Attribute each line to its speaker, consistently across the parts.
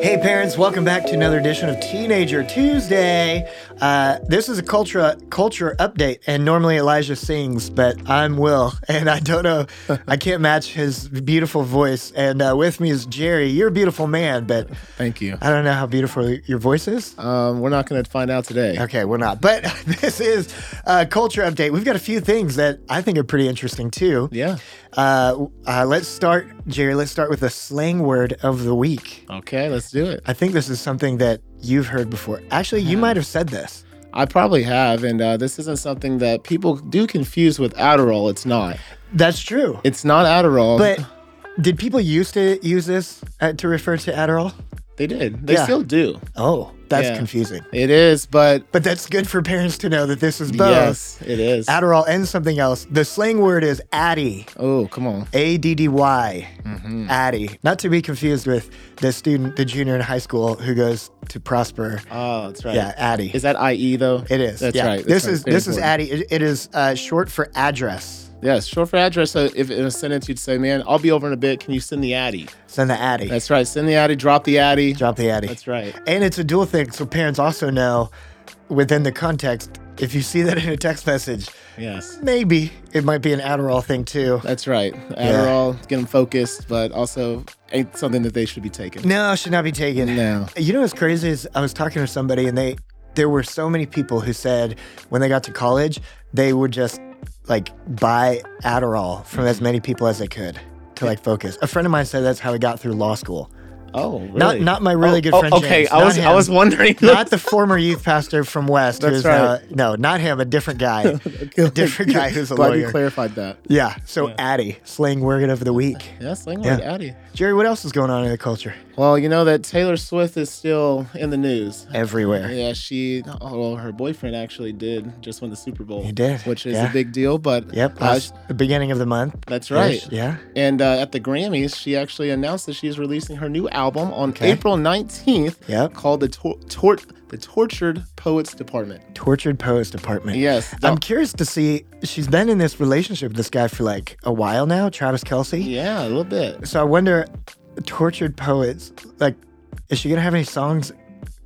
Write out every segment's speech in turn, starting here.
Speaker 1: Hey, parents, welcome back to another edition of Teenager Tuesday. Uh, this is a culture culture update, and normally Elijah sings, but I'm Will, and I don't know, I can't match his beautiful voice. And uh, with me is Jerry. You're a beautiful man, but
Speaker 2: Thank you.
Speaker 1: I don't know how beautiful your voice is.
Speaker 2: Um, we're not going to find out today.
Speaker 1: Okay, we're not. But this is a culture update. We've got a few things that I think are pretty interesting too.
Speaker 2: Yeah.
Speaker 1: Uh, uh, let's start, Jerry. Let's start with the slang word of the week.
Speaker 2: Okay, let's do it.
Speaker 1: I think this is something that you've heard before. Actually, you might have said this.
Speaker 2: I probably have, and uh, this isn't something that people do confuse with Adderall. It's not.
Speaker 1: That's true.
Speaker 2: It's not Adderall.
Speaker 1: But did people used to use this uh, to refer to Adderall?
Speaker 2: they did. They
Speaker 1: Yeah.
Speaker 2: still do.
Speaker 1: Oh, that's
Speaker 2: Yeah.
Speaker 1: confusing.
Speaker 2: It is, but
Speaker 1: But that's good for parents to know that this is both
Speaker 2: yes, it is.
Speaker 1: Adderall and something else. The slang word is addy.
Speaker 2: oh, come on.
Speaker 1: A D D Y,
Speaker 2: Mm-hmm.
Speaker 1: Addy. Not to be confused with the student, the junior in high school who goes to Prosper.
Speaker 2: Oh, that's right.
Speaker 1: Yeah, Addy.
Speaker 2: Is that IE though?
Speaker 1: It is.
Speaker 2: That's
Speaker 1: yeah.
Speaker 2: right.
Speaker 1: this
Speaker 2: that's right.
Speaker 1: is
Speaker 2: Very
Speaker 1: this is
Speaker 2: important.
Speaker 1: Addy. It, it is uh, short for address.
Speaker 2: Yes, short for address. So if in a sentence you'd say, "Man, I'll be over in a bit. Can you send the Addy?"
Speaker 1: Send the Addy.
Speaker 2: That's right. Send the Addy. Drop the Addy.
Speaker 1: Drop the Addy.
Speaker 2: That's right.
Speaker 1: And it's a dual thing, so parents also know within the context. If you see that in a text message,
Speaker 2: Yes.
Speaker 1: maybe it might be an Adderall thing too.
Speaker 2: That's right. Adderall, get them focused, but also ain't something that they should be taking.
Speaker 1: No, should not be taken.
Speaker 2: No.
Speaker 1: You know what's crazy is I was talking to somebody and they there were so many people who said when they got to college they would just like buy Adderall from as many people as they could to like focus. A friend of mine said that's how he got through law school.
Speaker 2: Oh, really?
Speaker 1: Not not my really good
Speaker 2: Oh,
Speaker 1: friend.
Speaker 2: Okay,
Speaker 1: James,
Speaker 2: I
Speaker 1: not
Speaker 2: was I
Speaker 1: him.
Speaker 2: was wondering.
Speaker 1: not the former youth pastor from West.
Speaker 2: That's
Speaker 1: who's now, no, not him. A different guy. a different guy who's a
Speaker 2: Glad
Speaker 1: lawyer.
Speaker 2: you clarified that.
Speaker 1: yeah. So Addy slang word of the week.
Speaker 2: Yeah, slang
Speaker 1: Yeah.
Speaker 2: word, Addy.
Speaker 1: Jerry, what else is going on in the culture?
Speaker 2: Well, you know that Taylor Swift is still in the news.
Speaker 1: Everywhere.
Speaker 2: Yeah, she, well, her boyfriend actually did just win the Super Bowl.
Speaker 1: He did,
Speaker 2: Which is
Speaker 1: yeah.
Speaker 2: a big deal, but
Speaker 1: Yep.
Speaker 2: uh,
Speaker 1: last- the beginning of the month.
Speaker 2: that's right.
Speaker 1: Yeah.
Speaker 2: And uh, at the Grammys, she actually announced that she's releasing her new album on
Speaker 1: Okay.
Speaker 2: April 19th
Speaker 1: Yep.
Speaker 2: called the, Tor- Tor- the Tortured Poets Department.
Speaker 1: Tortured Poets Department.
Speaker 2: Yes.
Speaker 1: I'm curious to see. She's been in this relationship with this guy for like a while now, Travis Kelsey.
Speaker 2: yeah, a little bit.
Speaker 1: So I wonder, Tortured Poets, like, is she going to have any songs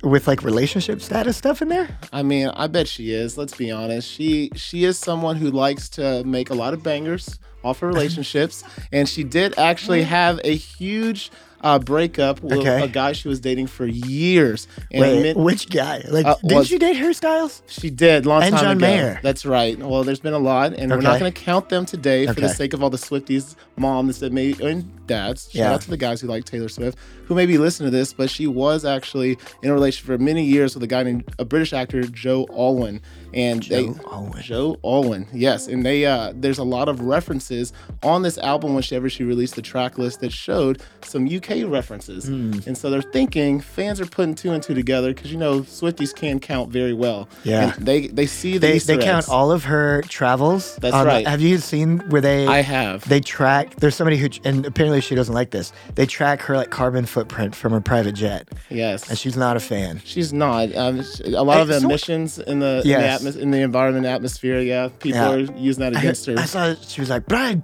Speaker 1: with like relationship status stuff in there?
Speaker 2: I mean, I bet she is. Let's be honest. She she is someone who likes to make a lot of bangers off her relationships, and she did actually have a huge uh, breakup with
Speaker 1: Okay.
Speaker 2: a guy she was dating for years. And
Speaker 1: Wait,
Speaker 2: meant-
Speaker 1: which guy? Like,
Speaker 2: Uh,
Speaker 1: did
Speaker 2: was-
Speaker 1: she date hairstyles?
Speaker 2: She did long
Speaker 1: And
Speaker 2: time
Speaker 1: John
Speaker 2: ago.
Speaker 1: Mayer.
Speaker 2: That's right. Well, there's been a lot, and we're not
Speaker 1: Okay.
Speaker 2: going to count them today for the
Speaker 1: Okay.
Speaker 2: sake of all the Swifties, moms that may and dads. Shout
Speaker 1: Yeah.
Speaker 2: out to the guys who like Taylor Swift, who may be listening to this. But she was actually in a relationship for many years with a guy named a British actor, Joe Alwyn, and they.
Speaker 1: Joe Alwyn.
Speaker 2: Joe Alwyn, yes, and they uh, there's a lot of references on this album whenever she released the track list that showed some UK references,
Speaker 1: Hmm.
Speaker 2: and so they're thinking fans are putting two and two together because you know Swifties can count very well.
Speaker 1: Yeah.
Speaker 2: And they they see the
Speaker 1: They,
Speaker 2: Easter
Speaker 1: they count
Speaker 2: eggs.
Speaker 1: all of her travels.
Speaker 2: That's
Speaker 1: on the-
Speaker 2: right.
Speaker 1: have you seen where they
Speaker 2: I have.
Speaker 1: they track? There's somebody who and apparently she doesn't like this. They track her like carbon footprint from her private jet,
Speaker 2: yes.
Speaker 1: and she's not a fan.
Speaker 2: She's not. Um, sh- a lot
Speaker 1: Hey,
Speaker 2: of the
Speaker 1: so-
Speaker 2: emissions in the
Speaker 1: Yes.
Speaker 2: in the, atmos- in the environment, atmosphere. Yeah, people
Speaker 1: Yeah.
Speaker 2: are using that
Speaker 1: I, heard-
Speaker 2: against her.
Speaker 1: I saw she was like Brian.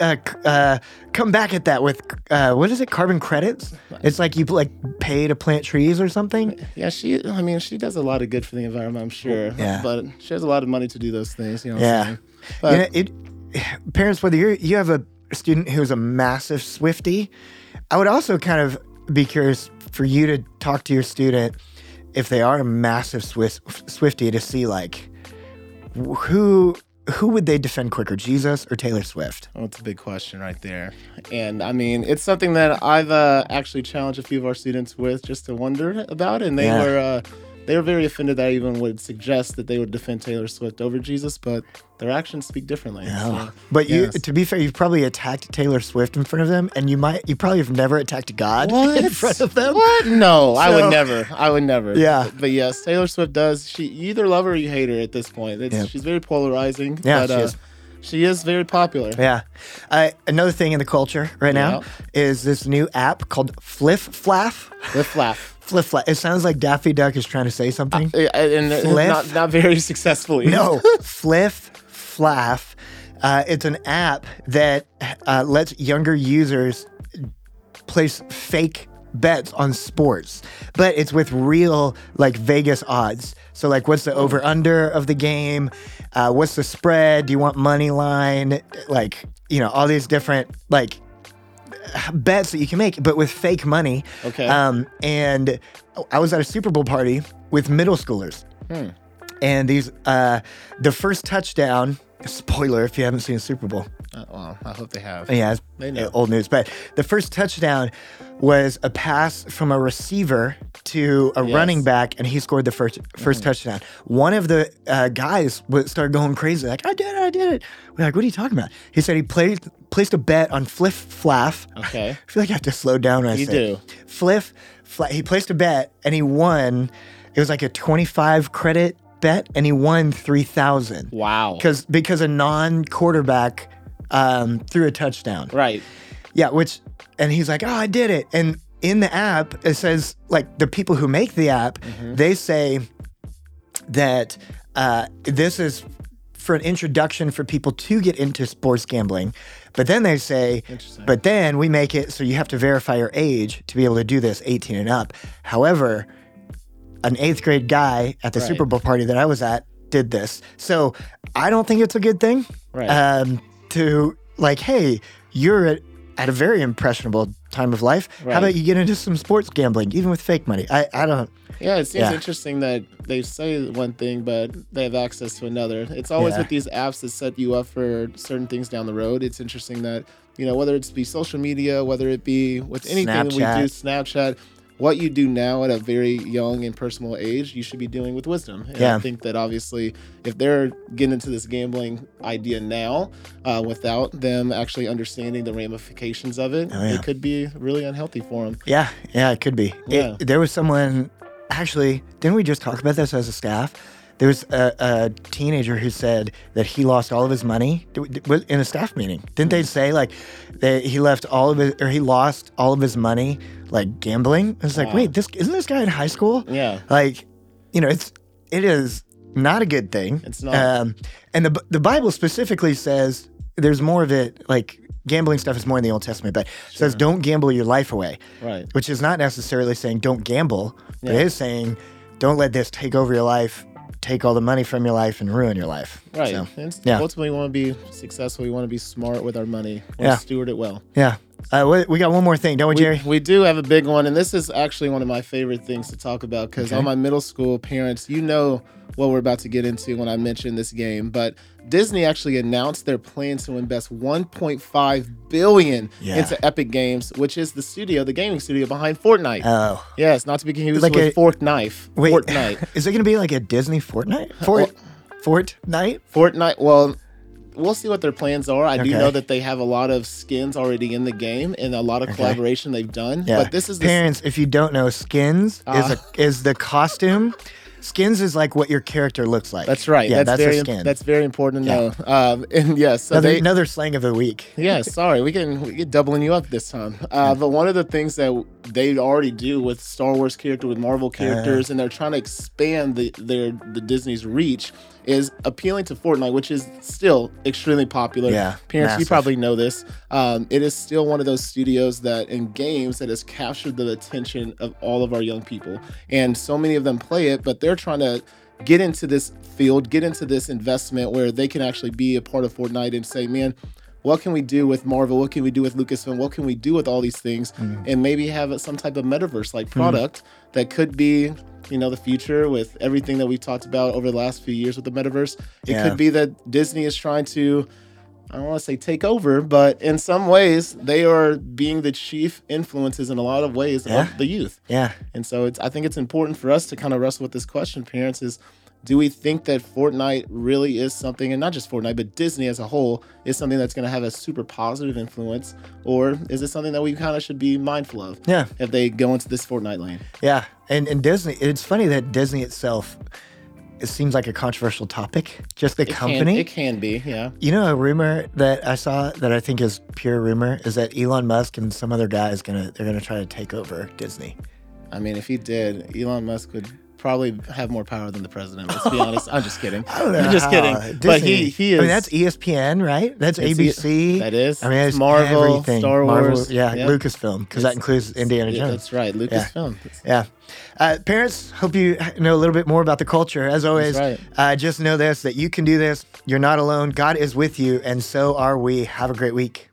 Speaker 1: Uh, c- uh, come back at that with uh, what is it? Carbon credits? It's like you like pay to plant trees or something.
Speaker 2: yeah, she. I mean, she does a lot of good for the environment. I'm sure.
Speaker 1: Yeah.
Speaker 2: But she has a lot of money to do those things. You know. What I'm
Speaker 1: Yeah.
Speaker 2: saying? But-
Speaker 1: you know, it, parents, whether you're, you have a student who's a massive Swifty, I would also kind of be curious for you to talk to your student if they are a massive Swiss, Swifty to see like wh- who who would they defend quicker, Jesus or Taylor Swift?
Speaker 2: Oh, it's a big question right there. And I mean, it's something that I've uh, actually challenged a few of our students with just to wonder about. And they
Speaker 1: Yeah.
Speaker 2: were uh, they were very offended that I even would suggest that they would defend Taylor Swift over Jesus, but their actions speak differently. So,
Speaker 1: But
Speaker 2: yes.
Speaker 1: you, to be fair, you've probably attacked Taylor Swift in front of them, and you might, you probably have never attacked God in
Speaker 2: What?
Speaker 1: front of them.
Speaker 2: What? No, I
Speaker 1: So-
Speaker 2: would never. I would never.
Speaker 1: Yeah.
Speaker 2: But, but yes, Taylor Swift does. She you either love her or you hate her at this point. It's,
Speaker 1: Yeah.
Speaker 2: She's very polarizing.
Speaker 1: Yeah,
Speaker 2: but,
Speaker 1: she
Speaker 2: uh,
Speaker 1: is.
Speaker 2: She is very popular.
Speaker 1: Yeah. Uh, another thing in the culture right now
Speaker 2: Yeah.
Speaker 1: is this new app called Fliff Flaff.
Speaker 2: With flaff.
Speaker 1: Fliff Flaff. It sounds like Daffy Duck is trying to say something.
Speaker 2: Uh, And uh,
Speaker 1: Fliff?
Speaker 2: not not very successfully.
Speaker 1: no, Fliff Flaff. Uh, it's an app that uh, lets younger users place fake bets on sports, but it's with real like Vegas odds. So like, what's the over under of the game? Uh, what's the spread? Do you want money line? Like, you know, all these different like bets that you can make, but with fake money.
Speaker 2: Okay.
Speaker 1: Um, and I was at a Super Bowl party with middle schoolers, and these uh, the first touchdown. Spoiler if you haven't seen Super Bowl.
Speaker 2: Uh, well, I hope they have.
Speaker 1: Yeah, it's
Speaker 2: They know.
Speaker 1: uh, old news. But the first touchdown was a pass from a receiver to a
Speaker 2: Yes. Mm.
Speaker 1: running back, and he scored the first 1st touchdown. One of the uh, guys wa- started going crazy, like, "I did it! I did it!" We're like, "What are you talking about?" He said he played placed a bet on Fliff Flaff.
Speaker 2: Okay.
Speaker 1: I feel like I have to slow down when I
Speaker 2: Oh. You
Speaker 1: say
Speaker 2: do.
Speaker 1: Fliff Flaff. He placed a bet and he won. It was like a twenty-five credit bet, and he won three thousand
Speaker 2: Wow.
Speaker 1: because because a non-quarterback um, threw a touchdown.
Speaker 2: Right.
Speaker 1: Yeah, which and he's like, "Oh, I did it." And in the app, it says like the people who make the app, they say that uh, this is for an introduction for people to get into sports gambling. But then they say,
Speaker 2: Interesting.
Speaker 1: but then we make it so you have to verify your age to be able to do this 18 and up. However, an eighth grade guy at the
Speaker 2: Right.
Speaker 1: Super Bowl party that I was at did this. So I don't think it's a good thing
Speaker 2: Right.
Speaker 1: um, to like, hey, you're at, at a very impressionable time of life.
Speaker 2: Right.
Speaker 1: How about you get into some sports gambling, even with fake money? I, I don't.
Speaker 2: Yeah, it seems
Speaker 1: Yeah.
Speaker 2: interesting that they say one thing, but they have access to another. It's always
Speaker 1: Yeah.
Speaker 2: with these apps that set you up for certain things down the road. It's interesting that, you know, whether it's be social media, whether it be with anything that we
Speaker 1: Snapchat.
Speaker 2: do, Snapchat, what you do now at a very young and personal age, you should be doing with wisdom. And
Speaker 1: Yeah.
Speaker 2: I think that obviously, if they're getting into this gambling idea now uh, without them actually understanding the ramifications of it,
Speaker 1: Oh, yeah.
Speaker 2: it could be really unhealthy for them.
Speaker 1: Yeah, yeah, it could be. It-
Speaker 2: Yeah.
Speaker 1: there was someone, actually, didn't we just talk about this as a staff? There was a, a teenager who said that he lost all of his money d- d- was- in a staff meeting. Didn't they say like that he left all of his or he lost all of his money like gambling? It's like,
Speaker 2: Wow.
Speaker 1: wait, this isn't this guy in high school?
Speaker 2: Yeah.
Speaker 1: Like, you know, it's it is not a good thing.
Speaker 2: It's not.
Speaker 1: Um, and the B- the Bible specifically says there's more of it. Like gambling stuff is more in the Old Testament, but it says don't gamble your life away
Speaker 2: Right.
Speaker 1: which is not necessarily saying don't gamble, but
Speaker 2: Yeah.
Speaker 1: it is saying don't let this take over your life, take all the money from your life, and ruin your life.
Speaker 2: Right.
Speaker 1: So,
Speaker 2: And it's-
Speaker 1: yeah.
Speaker 2: Ultimately, we want to be successful. We want to be smart with our money. We
Speaker 1: Yeah.
Speaker 2: want to steward it well.
Speaker 1: yeah. Uh, we, we got one more thing, don't we, Jerry?
Speaker 2: We, we do have a big one, and this is actually one of my favorite things to talk about because all my middle school parents, you know what we're about to get into when I mention this game, but Disney actually announced their plan to invest 1.5 billion
Speaker 1: Yeah.
Speaker 2: into Epic Games, which is the studio, the gaming studio behind Fortnite.
Speaker 1: Oh,
Speaker 2: yes, not to be confused
Speaker 1: Like
Speaker 2: with
Speaker 1: a-
Speaker 2: Fork Knife.
Speaker 1: wait.
Speaker 2: Fortnite.
Speaker 1: is it going to be like a Disney Fortnite? Fort, Fortnite?
Speaker 2: Fortnite. Well, we'll see what their plans are. I do
Speaker 1: Okay.
Speaker 2: know that they have a lot of skins already in the game and a lot of collaboration they've done.
Speaker 1: Yeah.
Speaker 2: But this is the,
Speaker 1: parents. If you don't know, skins is
Speaker 2: Ah.
Speaker 1: a, is the costume. Skins is like what your character looks like.
Speaker 2: that's right.
Speaker 1: Yeah,
Speaker 2: that's,
Speaker 1: that's,
Speaker 2: very
Speaker 1: a skin.
Speaker 2: that's very important to know. Um, and yes, so
Speaker 1: another,
Speaker 2: they,
Speaker 1: another slang of the week.
Speaker 2: yeah, sorry, we can we get doubling you up this time. Uh, but one of the things that they already do with Star Wars character, with
Speaker 1: Uh-huh.
Speaker 2: Marvel characters, and they're trying to expand the their the Disney's reach is appealing to Fortnite, which is still extremely popular.
Speaker 1: Yeah,
Speaker 2: parents, you
Speaker 1: massive.
Speaker 2: probably know this. Um, it is still one of those studios that in games that has captured the attention of all of our young people, and so many of them play it, but they're trying to get into this field, get into this investment where they can actually be a part of Fortnite and say, man, what can we do with Marvel? What can we do with Lucasfilm? What can we do with all these things? And maybe have some type of metaverse like product that could be, you know, the future with everything that we've talked about over the last few years with the metaverse. It
Speaker 1: Yeah.
Speaker 2: could be that Disney is trying to I don't want to say take over, but in some ways they are being the chief influences in a lot of ways
Speaker 1: Yeah.
Speaker 2: of the youth.
Speaker 1: Yeah.
Speaker 2: And so it's I think it's important for us to kind of wrestle with this question, parents, is do we think that Fortnite really is something, and not just Fortnite, but Disney as a whole, is something that's going to have a super positive influence? Or is it something that we kind of should be mindful of
Speaker 1: Yeah.
Speaker 2: if they go into this Fortnite lane?
Speaker 1: Yeah, and and Disney. It's funny that Disney itself, it seems like a controversial topic. Just the
Speaker 2: It can-
Speaker 1: company.
Speaker 2: it can be, yeah.
Speaker 1: you know, a rumor that I saw that I think is pure rumor is that Elon Musk and some other guy is gonna they're gonna try to take over Disney.
Speaker 2: I mean, if he did, Elon Musk would probably have more power than the president. Let's be honest. I'm just kidding.
Speaker 1: I don't know
Speaker 2: I'm just
Speaker 1: how.
Speaker 2: kidding. But he
Speaker 1: Disney.
Speaker 2: he is.
Speaker 1: I mean, that's E ESPN, right? That's
Speaker 2: It's E-
Speaker 1: ABC.
Speaker 2: that is.
Speaker 1: I mean,
Speaker 2: It's
Speaker 1: it's
Speaker 2: Marvel,
Speaker 1: everything.
Speaker 2: Star
Speaker 1: Marvel,
Speaker 2: Wars.
Speaker 1: yeah,
Speaker 2: Yep.
Speaker 1: Lucasfilm, because that
Speaker 2: It's-
Speaker 1: includes Indiana
Speaker 2: yeah,
Speaker 1: Jones.
Speaker 2: that's right. Lucasfilm.
Speaker 1: Yeah. Uh, parents, hope you know a little bit more about the culture. As always,
Speaker 2: right.
Speaker 1: uh, just know this that you can do this. You're not alone. God is with you, and so are we. Have a great week.